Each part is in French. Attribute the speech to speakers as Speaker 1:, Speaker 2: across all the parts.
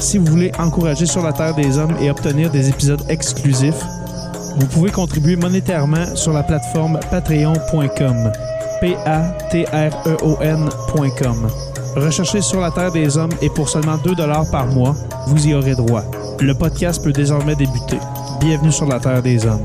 Speaker 1: si vous voulez encourager Sur la Terre des Hommes et obtenir des épisodes exclusifs, vous pouvez contribuer monétairement sur la plateforme patreon.com. E P-A-T-R-E-O-N.com. Recherchez sur la Terre des Hommes et pour seulement 2 par mois, vous y aurez droit. Le podcast peut désormais débuter. Bienvenue sur la Terre des Hommes.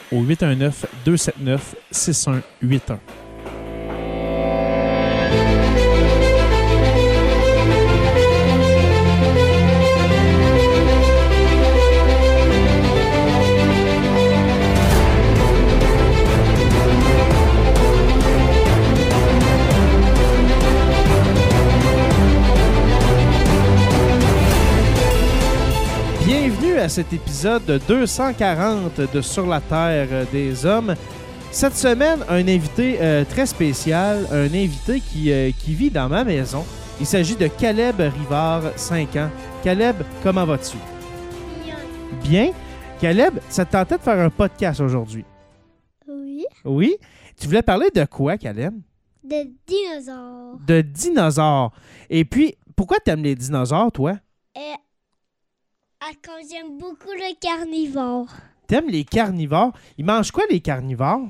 Speaker 1: au 819 279 6181. Bienvenue à cet épisode 240 de Sur la Terre des Hommes. Cette semaine, un invité euh, très spécial, un invité qui, euh, qui vit dans ma maison. Il s'agit de Caleb Rivard, 5 ans. Caleb, comment vas-tu? Bien. Caleb, ça te tentait de faire un podcast aujourd'hui?
Speaker 2: Oui.
Speaker 1: Oui? Tu voulais parler de quoi, Caleb?
Speaker 2: De dinosaures.
Speaker 1: De dinosaures. Et puis, pourquoi t'aimes les dinosaures, toi?
Speaker 2: Et ah, quand j'aime beaucoup le carnivore.
Speaker 1: T'aimes les carnivores? Ils mangent quoi, les carnivores?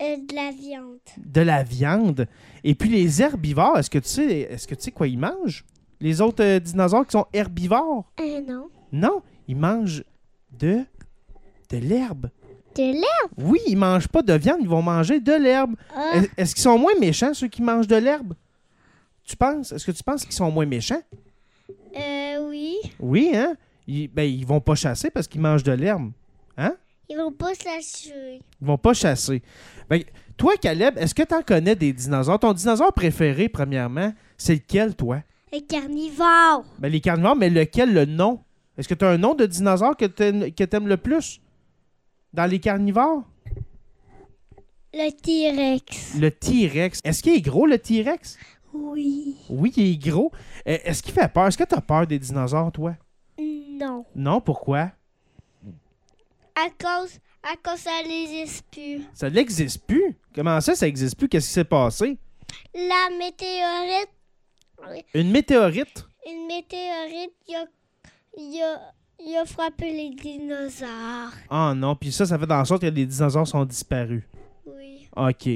Speaker 2: Et de la viande.
Speaker 1: de la viande. Et puis les herbivores, est-ce que tu sais, est-ce que tu sais quoi ils mangent? Les autres euh, dinosaures qui sont herbivores?
Speaker 2: Ah non.
Speaker 1: Non, ils mangent de de l'herbe.
Speaker 2: De l'herbe.
Speaker 1: Oui, ils mangent pas de viande, ils vont manger de l'herbe.
Speaker 3: Euh.
Speaker 2: Ah,
Speaker 1: Est- Est-ce qu'ils sont moins méchants ceux qui mangent de l'herbe? Tu penses? Est-ce que tu penses qu'ils sont moins méchants?
Speaker 2: euh, oui.
Speaker 1: Oui, hein? Ils, ben, ils vont pas chasser parce qu'ils mangent de l'herbe.
Speaker 2: Ils vont pas se lâcher.
Speaker 1: Ils vont pas chasser. Ben, toi, Caleb, est-ce que tu en connais des dinosaures? Ton dinosaure préféré, premièrement, c'est lequel, toi?
Speaker 2: Le carnivore.
Speaker 1: Ben, les carnivores, mais lequel le nom? Est-ce que tu as un nom de dinosaure que t'aimes que t'aimes le plus? Dans les carnivores?
Speaker 2: Le T-Rex.
Speaker 1: Le T-Rex. Est-ce qu'il est gros, le T-Rex?
Speaker 2: Oui.
Speaker 1: Oui, il est gros. Euh, Est-ce qu'il fait peur? Est-ce que tu as peur des dinosaures, toi?
Speaker 2: Non.
Speaker 1: Non, pourquoi?
Speaker 2: À cause, à cause ça les espue.
Speaker 1: Ça n'existe plus. Comment ça, ça n'existe plus? Qu'est-ce qui s'est passé?
Speaker 2: La météorite,
Speaker 1: Une météorite?
Speaker 2: une météorite, il a, y a, y a frappé les dinosaures.
Speaker 1: Ah non, puis ça, ça fait en sorte que les dinosaures sont disparus.
Speaker 2: Oui.
Speaker 1: OK.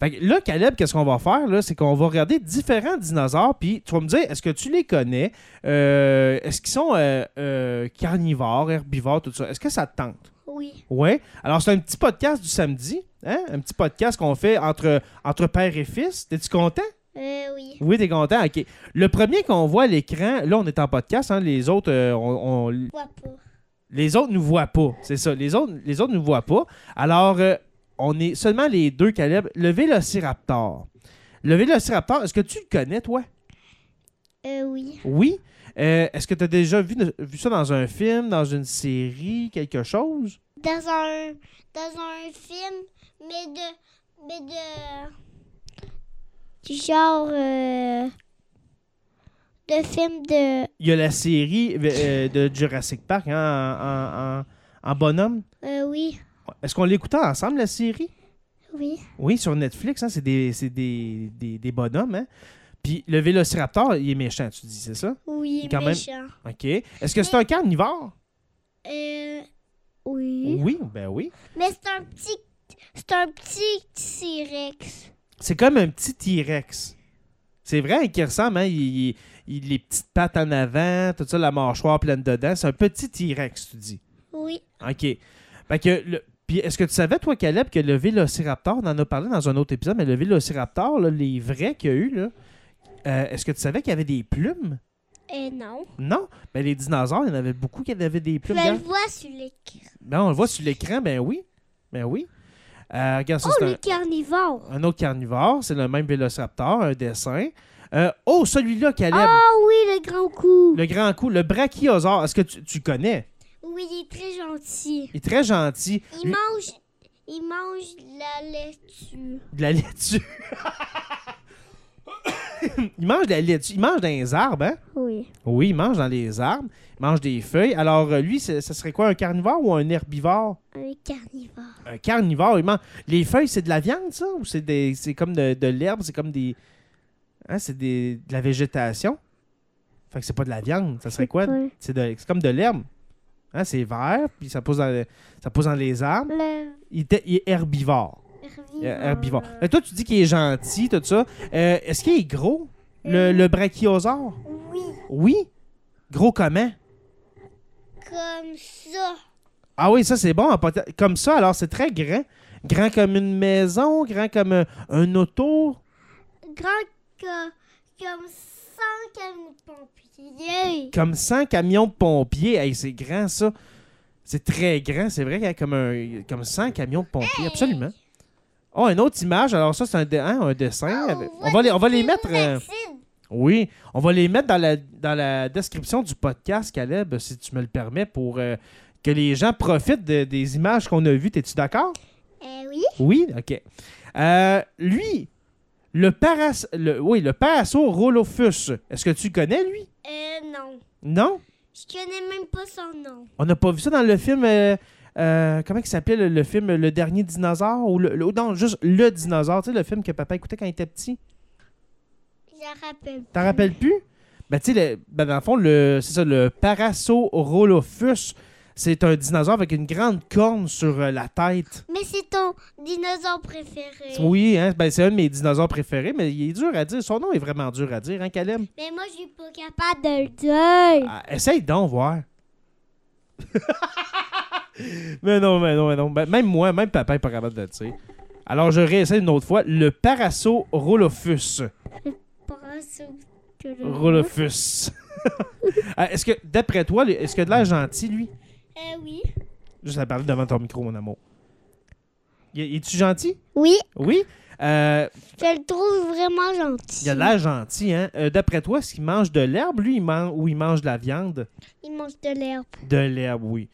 Speaker 1: Fait que là, Caleb, qu'est-ce qu'on va faire? là, C'est qu'on va regarder différents dinosaures, puis tu vas me dire, est-ce que tu les connais? Euh, est-ce qu'ils sont euh, euh, carnivores, herbivores, tout ça? Est-ce que ça te tente?
Speaker 2: Oui.
Speaker 1: Oui. Alors, c'est un petit podcast du samedi, hein? Un petit podcast qu'on fait entre, entre père et fils. T'es-tu content?
Speaker 2: Euh, oui.
Speaker 1: Oui, t'es content? OK. Le premier qu'on voit à l'écran, là, on est en podcast, hein? Les autres, euh, on- on,
Speaker 2: Je vois pas.
Speaker 1: les autres nous voient pas. C'est ça. Les autres, les autres nous voient pas. Alors, euh, on est seulement les deux, Caleb. Le Vélociraptor. Le Vélociraptor, est-ce que tu le connais, toi?
Speaker 2: Euh, oui.
Speaker 1: Oui. Euh, est-ce que tu as déjà vu, vu ça dans un film, dans une série, quelque chose?
Speaker 2: dans un dans un film mais de mais de du genre euh, de film de
Speaker 1: Il y a la série euh, de Jurassic Park hein, en, en- en- en bonhomme.
Speaker 2: euh, oui
Speaker 1: Est-ce qu'on l'écoutait ensemble, la série?
Speaker 2: oui
Speaker 1: Oui, sur Netflix, hein, c'est des, c'est des, des- des bonhommes. hein. Puis le Vélociraptor, il est méchant, tu dis, c'est ça?
Speaker 2: oui
Speaker 1: Quand même.
Speaker 2: méchant
Speaker 1: OK. Est-ce que c'est un carnivore?
Speaker 2: Euh, oui
Speaker 1: Oui, ben oui.
Speaker 2: mais c'est un petit c'est un petit T-Rex
Speaker 3: C'est comme un petit T-Rex. C'est vrai qu'il ressemble, hein? Il, il- il- les petites pattes en avant, tout ça, la mâchoire pleine de dents. C'est un petit T-Rex, tu dis.
Speaker 2: Oui.
Speaker 3: OK. Fait que le- Puis est-ce que tu savais, toi, Caleb, que le Vélociraptor, on en a parlé dans un autre épisode, mais le Vélociraptor, là, les vrais qu'il y a eu, là, euh, est-ce que tu savais qu'il y avait des plumes?
Speaker 2: Et non.
Speaker 3: Non. Ben, les dinosaures, il y en avait beaucoup qui avaient des
Speaker 2: Je
Speaker 3: plumes.
Speaker 2: le
Speaker 3: Regarde.
Speaker 2: vois sur l'écran.
Speaker 3: Ben, on le voit sur l'écran, ben oui. Ben oui. Euh, regarde, ça,
Speaker 2: Oh,
Speaker 3: c'est un-
Speaker 2: le carnivore.
Speaker 3: un autre carnivore, c'est le même Vélociraptor, un dessin. Euh, oh, celui-là, Caleb,
Speaker 2: Oh oui, le grand coup.
Speaker 3: le grand coup, le brachiosaure, est-ce que tu, tu connais?
Speaker 2: Oui, il est très gentil.
Speaker 3: Il est très gentil.
Speaker 2: Il
Speaker 3: Lui-
Speaker 2: mange, il mange de la laitue.
Speaker 3: de la laitue. il mange de la laitue. Il mange dans les arbres, hein?
Speaker 2: Oui.
Speaker 3: Oui, il mange dans les arbres. Il mange des feuilles. Alors, euh, lui, ce ce serait quoi, un carnivore ou un herbivore?
Speaker 2: Un carnivore.
Speaker 3: Un carnivore, il mange. Les feuilles, c'est de la viande, ça? Ou c'est des... c'est comme de, de l'herbe? C'est comme des. Hein? C'est des... de la végétation? Fait que c'est pas de la viande. Ça serait quoi?
Speaker 2: Ouais.
Speaker 3: C'est de- c'est comme de l'herbe. Hein, c'est vert, puis ça pousse dans, le- ça pousse dans les arbres.
Speaker 2: Le
Speaker 3: Il, était- il est herbivore.
Speaker 2: herbivore.
Speaker 3: Il est Euh, herbivore. Mais toi, tu dis qu'il est gentil, tout ça. Euh, Est-ce qu'il est gros, le, le brachiosaure?
Speaker 2: Oui,
Speaker 3: Oui. Gros comment?
Speaker 2: comme ça.
Speaker 3: Ah oui, ça, c'est bon. en pota- Comme ça, alors, c'est très grand. Grand comme une maison, grand comme un, un auto.
Speaker 2: Grand que, comme 100 camions de pompiers.
Speaker 3: Comme 100 camions de pompiers. Hey, c'est grand, ça. C'est très grand, c'est vrai qu'il y a comme, un, comme 100 camions de pompiers, absolument. Oh, une autre image. Alors, ça, c'est un, de- hein, un dessin.
Speaker 2: Ah,
Speaker 3: avec- on, va les, on va les
Speaker 2: des
Speaker 3: mettre. euh,
Speaker 2: racines.
Speaker 3: Oui, on va les mettre dans la, dans la description du podcast, Caleb, si tu me le permets, pour euh, que les gens profitent de- des images qu'on a vues. T'es-tu d'accord?
Speaker 2: Eh oui,
Speaker 3: Oui, OK. Euh, lui, le, paras le, oui, le Parasaurolophus, est-ce que tu le connais, lui?
Speaker 2: euh, non.
Speaker 3: Non?
Speaker 2: Je connais même pas son nom.
Speaker 3: On n'a pas vu ça dans le film... euh, euh, comment il s'appelle le film Le Dernier Dinosaure? Ou le, le- non, juste Le Dinosaure, tu sais, le film que papa écoutait quand il était petit.
Speaker 2: Je la rappelle.
Speaker 3: T'en rappelles plus? Ben, tu sais, le- ben, dans le fond, le, c'est ça, le Parasaurolophus, c'est un dinosaure avec une grande corne sur euh, la tête.
Speaker 2: Mais c'est ton dinosaure préféré.
Speaker 3: Oui, hein, ben, c'est un de mes dinosaures préférés, mais il est dur à dire. Son nom est vraiment dur à dire, hein, Caleb?
Speaker 2: Mais moi, je suis pas capable de le dire.
Speaker 3: Ah, essaye donc, voir. mais non, mais non, mais non. Ben, même moi, même papa n'est pas capable de le dire. Alors, je réessaye une autre fois. Le Parasaurolophus.
Speaker 2: Pense que
Speaker 3: Mhm.
Speaker 2: le-
Speaker 3: Rolophus. Ah, est-ce que, d'après toi, le- est-ce que de l'air gentil, lui?
Speaker 2: Eh oui.
Speaker 3: Juste à parler devant ton micro, mon amour. Y- Es-tu gentil?
Speaker 2: Oui,
Speaker 3: Oui. Euh,
Speaker 2: je le trouve vraiment gentil.
Speaker 3: il a l'air gentil, hein? Euh, D'après toi, est-ce qu'il mange de l'herbe, lui, il man- ou il mange de la viande?
Speaker 2: Il mange de l'herbe.
Speaker 3: De l'herbe, oui.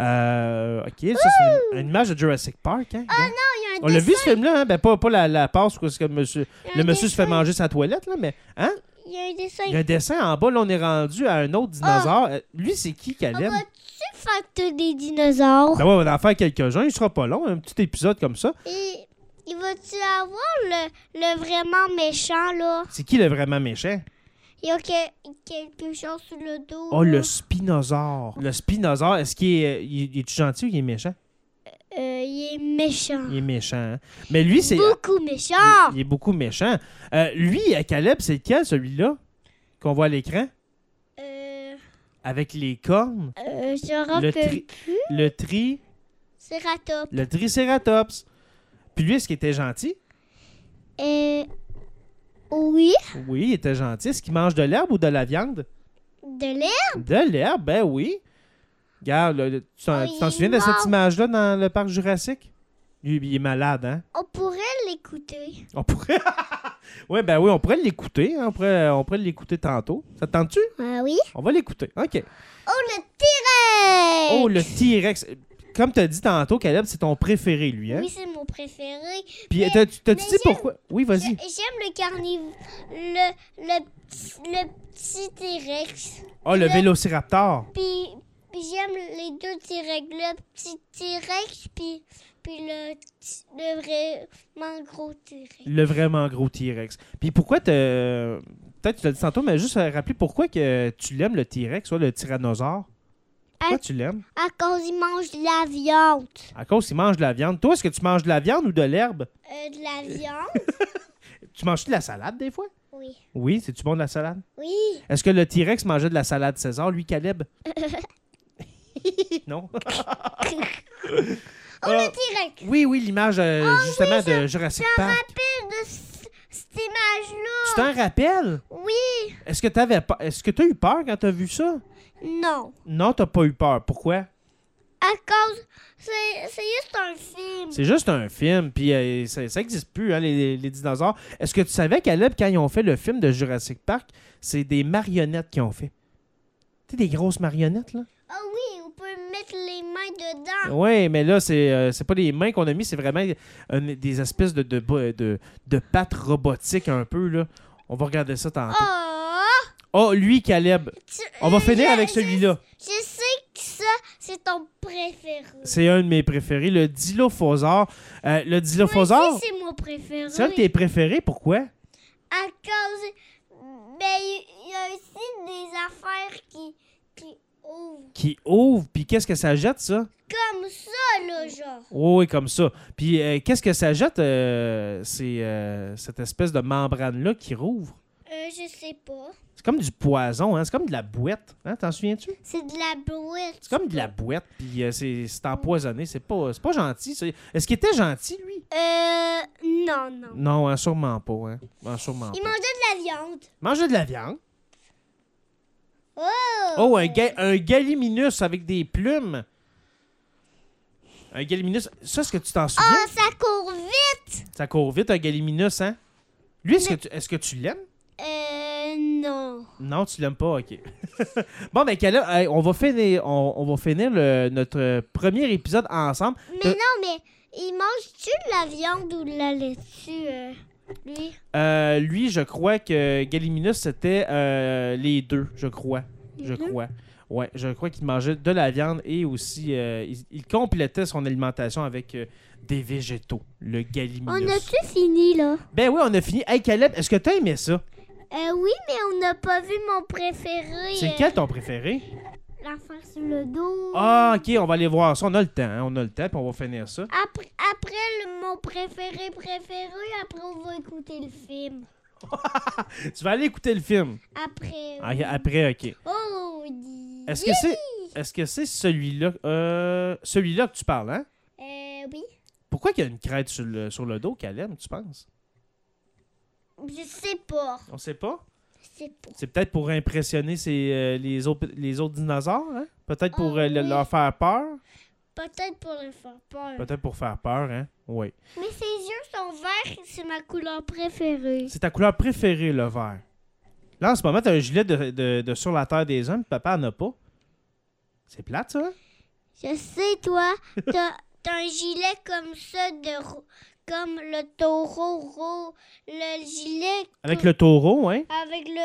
Speaker 3: Euh, ok, ça, c'est une, une image de Jurassic Park, hein?
Speaker 2: Ah,
Speaker 3: regarde.
Speaker 2: Il y a un
Speaker 3: On l'a vu,
Speaker 2: dessin-
Speaker 3: ce film-là, hein? Ben, pas, pas la, la passe où est-ce que monsieur,
Speaker 2: il y a
Speaker 3: le
Speaker 2: un
Speaker 3: monsieur se fait
Speaker 2: dessin-
Speaker 3: manger sa toilette, là, mais... Hein?
Speaker 2: Il y a un dessin.
Speaker 3: Il y a un dessin en bas, là, on est rendu à un autre dinosaure.
Speaker 2: Ah.
Speaker 3: Euh, Lui, c'est qui,
Speaker 2: On
Speaker 3: Caleb?
Speaker 2: va-tu faire tous des dinosaures?
Speaker 3: Ben ouais, on va en faire quelques-uns, il sera pas long, un petit épisode comme ça.
Speaker 2: Et il va-tu avoir le, le vraiment méchant, là?
Speaker 3: C'est qui le vraiment méchant?
Speaker 2: Il y a que- quelque chose sur le dos.
Speaker 3: Oh,
Speaker 2: là.
Speaker 3: le spinosaure. Le spinosaure, est-ce qu'il est, il- il est gentil ou il est méchant?
Speaker 2: Euh, il est méchant.
Speaker 3: Il est méchant. hein? Mais lui, c'est. Mm.
Speaker 2: Beaucoup méchant!
Speaker 3: Il, il est beaucoup méchant. Euh, lui, à Caleb, c'est lequel, celui-là, qu'on voit à l'écran?
Speaker 2: Euh,
Speaker 3: Avec les cornes,
Speaker 2: euh, je
Speaker 3: le,
Speaker 2: rappelle.
Speaker 3: tri- le tri,
Speaker 2: C'est Ratop.
Speaker 3: le tricératops. Puis lui, est-ce qu'il était gentil?
Speaker 2: Euh, oui,
Speaker 3: Oui, il était gentil. Est-ce qu'il mange de l'herbe ou de la viande?
Speaker 2: de l'herbe.
Speaker 3: De l'herbe, ben oui. Regarde, là, le- tu
Speaker 2: Oh,
Speaker 3: t'en tu t'en
Speaker 2: il est
Speaker 3: souviens de cette
Speaker 2: mort.
Speaker 3: image-là dans le parc jurassique? Lui, il est malade, hein?
Speaker 2: On pourrait l'écouter.
Speaker 3: On pourrait. ouais, ben oui, on pourrait l'écouter. hein, On pourrait, on pourrait l'écouter tantôt. Ça te tente-tu?
Speaker 2: Ah oui.
Speaker 3: On va l'écouter. OK.
Speaker 2: Oh, le T-Rex!
Speaker 3: Oh, le T-Rex. Comme t'as dit tantôt, Caleb, c'est ton préféré, lui, hein?
Speaker 2: Oui, c'est mon préféré.
Speaker 3: Puis t'as- t'as-tu
Speaker 2: mais
Speaker 3: dit
Speaker 2: j'aime-
Speaker 3: pourquoi? Oui,
Speaker 2: Je-
Speaker 3: vas-y.
Speaker 2: J'aime le carnivore. Le, le, petit- le petit T-Rex.
Speaker 3: Oh, le
Speaker 2: je-
Speaker 3: Vélociraptor.
Speaker 2: Puis, puis j'aime les deux T-Rex. Le petit T-Rex, puis, puis le, t- le vraiment gros T-Rex.
Speaker 3: Le vraiment gros T-Rex. Puis pourquoi t'as... Peut-être que tu l'as dit tantôt, mais juste euh, rappeler pourquoi que tu l'aimes, le T-Rex, soit le tyrannosaure. Pourquoi tu l'aimes?
Speaker 2: À cause, ils mangent de la viande.
Speaker 3: À cause qu'il mange de la viande. Toi, est-ce que tu manges de la viande ou de l'herbe?
Speaker 2: Euh, de la viande?
Speaker 3: Tu manges de la salade des fois?
Speaker 2: Oui.
Speaker 3: Oui, c'est-tu bon de la salade?
Speaker 2: Oui.
Speaker 3: Est-ce que le T-Rex mangeait de la salade César, lui, Caleb? non?
Speaker 2: Oh,
Speaker 3: Ah,
Speaker 2: le T-Rex!
Speaker 3: oui, oui, l'image euh, justement de Jurassic Park.
Speaker 2: Pire de c- cette image-là!
Speaker 3: Tu t'en rappelles?
Speaker 2: Oui!
Speaker 3: Est-ce que t'avais peur? Est-ce que t'as eu peur quand t'as vu ça?
Speaker 2: Non.
Speaker 3: Non, t'as pas eu peur. Pourquoi?
Speaker 2: À cause... C'est c'est juste un film.
Speaker 3: C'est juste un film, puis euh, ça ça existe plus, hein, les, les dinosaures. Est-ce que tu savais, Caleb, quand ils ont fait le film de Jurassic Park, c'est des marionnettes qu'ils ont fait? Tu sais, des grosses marionnettes, là?
Speaker 2: Ah oui, on peut mettre les mains dedans.
Speaker 3: Oui, mais là, c'est euh, c'est pas les mains qu'on a mis, c'est vraiment une- des espèces de, de, bo- de, de pattes robotiques un peu, là. On va regarder ça tantôt.
Speaker 2: Oh!
Speaker 3: Oh, lui, Caleb.
Speaker 2: Tu-
Speaker 3: On va finir
Speaker 2: je-
Speaker 3: avec
Speaker 2: je-
Speaker 3: celui-là.
Speaker 2: Je sais que ça, c'est ton préféré.
Speaker 3: C'est un de mes préférés, le Dilophosaure. Euh, le
Speaker 2: Moi aussi,
Speaker 3: Dilophosaure,
Speaker 2: c'est mon préféré.
Speaker 3: c'est un de tes préférés, pourquoi?
Speaker 2: À cause. Mais il y a aussi des affaires qui, qui ouvrent.
Speaker 3: Qui ouvre, puis qu'est-ce que ça jette, ça?
Speaker 2: Comme ça, là, genre.
Speaker 3: Oui, oui, comme ça. Puis euh, qu'est-ce que ça jette, euh, c'est euh, cette espèce de membrane-là qui rouvre?
Speaker 2: Euh, je sais pas.
Speaker 3: C'est comme du poison, hein? C'est comme de la bouette. Hein? T'en souviens-tu?
Speaker 2: C'est de la brouette.
Speaker 3: C'est comme de la bouette, puis euh, c'est c'est empoisonné. C'est pas, c'est pas gentil. ça. Est-ce qu'il était gentil, lui?
Speaker 2: Euh. Non, non.
Speaker 3: Non, hein, sûrement pas. Hein? Ah, sûrement
Speaker 2: Il
Speaker 3: pas.
Speaker 2: mangeait de la viande.
Speaker 3: Mangeait de la viande.
Speaker 2: Oh!
Speaker 3: Oh, un, ga- un galiminus avec des plumes. Un galiminus. Ça, est-ce que tu t'en souviens?
Speaker 2: Oh, ça court vite!
Speaker 3: Ça court vite, un galiminus, hein? Lui, est-ce que tu, est-ce que tu l'aimes?
Speaker 2: Euh. Non.
Speaker 3: Non, tu l'aimes pas, ok. bon, ben, Caleb, hey, on va finir, on, on va finir le- notre premier épisode ensemble.
Speaker 2: Mais
Speaker 3: Euh.
Speaker 2: non, mais il mange-tu de la viande ou de la laitue, euh, lui?
Speaker 3: Euh, lui, je crois que Galiminus, c'était euh, les deux, je crois. Je
Speaker 2: Les deux?
Speaker 3: crois. Ouais, je crois qu'il mangeait de la viande et aussi euh, il, il complétait son alimentation avec euh, des végétaux, le Galiminus.
Speaker 2: On a-tu fini, là?
Speaker 3: Ben oui, on a fini. Hey Caleb, est-ce que t'as aimé ça?
Speaker 2: Euh, oui, mais on n'a pas vu mon préféré.
Speaker 3: C'est
Speaker 2: euh,
Speaker 3: lequel ton préféré?
Speaker 2: L'affaire sur le dos.
Speaker 3: Ah, ok, on va aller voir ça. On a le temps, hein, on a le temps, puis on va finir ça.
Speaker 2: Après, après le, mon préféré préféré, après on va écouter le film.
Speaker 3: Tu vas aller écouter le film.
Speaker 2: Euh, Après.
Speaker 3: Ah, Après, ok.
Speaker 2: Oh, oui.
Speaker 3: Est-ce que c'est est-ce que c'est celui-là euh, celui-là que tu parles, hein?
Speaker 2: Euh, oui.
Speaker 3: Pourquoi qu'il y a une crête sur le, sur le dos, Caleb, tu penses?
Speaker 2: Je sais pas.
Speaker 3: On sait pas.
Speaker 2: Je sais pas.
Speaker 3: C'est peut-être pour impressionner ces, euh, les, autres, les autres dinosaures, hein? Peut-être pour
Speaker 2: Ah,
Speaker 3: euh, le-
Speaker 2: oui.
Speaker 3: leur faire peur.
Speaker 2: Peut-être pour le faire peur.
Speaker 3: Peut-être pour faire peur, hein? Oui.
Speaker 2: Mais ses yeux sont verts, c'est ma couleur préférée.
Speaker 3: C'est ta couleur préférée, le vert. Là, en ce moment, t'as un gilet de, de- de sur la terre des hommes, papa en a pas. C'est plate, ça? hein?
Speaker 2: Je sais, toi, t'as t'as un gilet comme ça, de rou- comme le taureau rou- le gilet
Speaker 3: Avec le taureau, hein?
Speaker 2: avec le...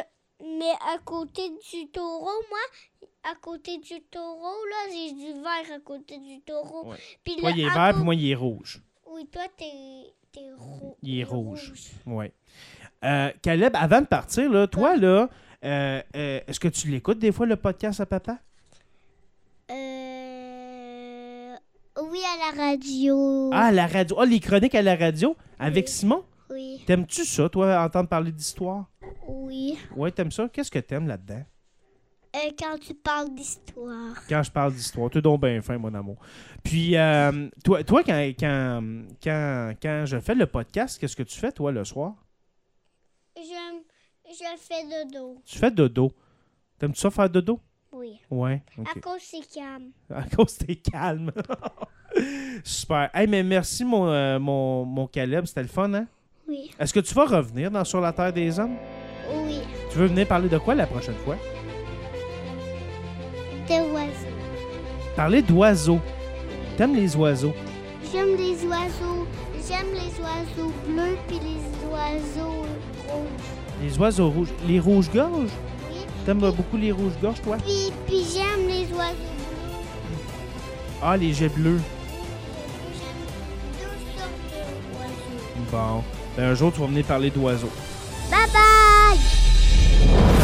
Speaker 2: Mais à côté du taureau, moi, à côté du taureau, là, j'ai du vert à côté du taureau.
Speaker 3: Ouais.
Speaker 2: Puis
Speaker 3: Toi,
Speaker 2: le-
Speaker 3: il est
Speaker 2: à
Speaker 3: vert,
Speaker 2: cô-
Speaker 3: puis moi, il est rouge.
Speaker 2: Oui, toi, t'es t'es rou-
Speaker 3: Il est rouge. Oui. Euh, Caleb, avant de partir, là, toi, là, euh, euh, est-ce que tu l'écoutes des fois, le podcast à papa?
Speaker 2: Euh... Oui, à la radio.
Speaker 3: Ah, la radio. Ah, les chroniques à la radio avec Simon.
Speaker 2: Oui,
Speaker 3: T'aimes-tu ça, toi, entendre parler d'histoire?
Speaker 2: oui.
Speaker 3: Ouais, t'aimes ça? Qu'est-ce que t'aimes là-dedans?
Speaker 2: Euh, quand tu parles d'histoire.
Speaker 3: Quand je parle d'histoire, tu donc bien fin, mon amour. Puis, euh, toi, toi quand, quand, quand, quand je fais le podcast, qu'est-ce que tu fais, toi, le soir?
Speaker 2: Je, je fais dodo.
Speaker 3: Tu fais dodo. T'aimes-tu ça faire dodo?
Speaker 2: Oui.
Speaker 3: Ouais. ok.
Speaker 2: À cause c'est calme.
Speaker 3: À cause t'es calme. Super. Hey, mais merci, mon, euh, mon, mon Caleb. C'était le fun, hein?
Speaker 2: Oui.
Speaker 3: Est-ce que tu vas revenir dans Sur la Terre des Hommes?
Speaker 2: Oui.
Speaker 3: Tu veux venir parler de quoi la prochaine fois?
Speaker 2: Des oiseaux.
Speaker 3: Parler d'oiseaux. T'aimes les oiseaux?
Speaker 2: J'aime les oiseaux. J'aime les oiseaux bleus puis les oiseaux rouges.
Speaker 3: Les oiseaux rouges. Les rouges-gorges?
Speaker 2: Oui.
Speaker 3: T'aimes euh, beaucoup les rouges-gorges, toi?
Speaker 2: Puis, puis j'aime les oiseaux bleus.
Speaker 3: Ah, les jets bleus.
Speaker 2: J'aime deux sortes d'oiseaux.
Speaker 3: Bon. Ben, un jour, tu vas venir parler d'oiseaux.
Speaker 2: Bye bye!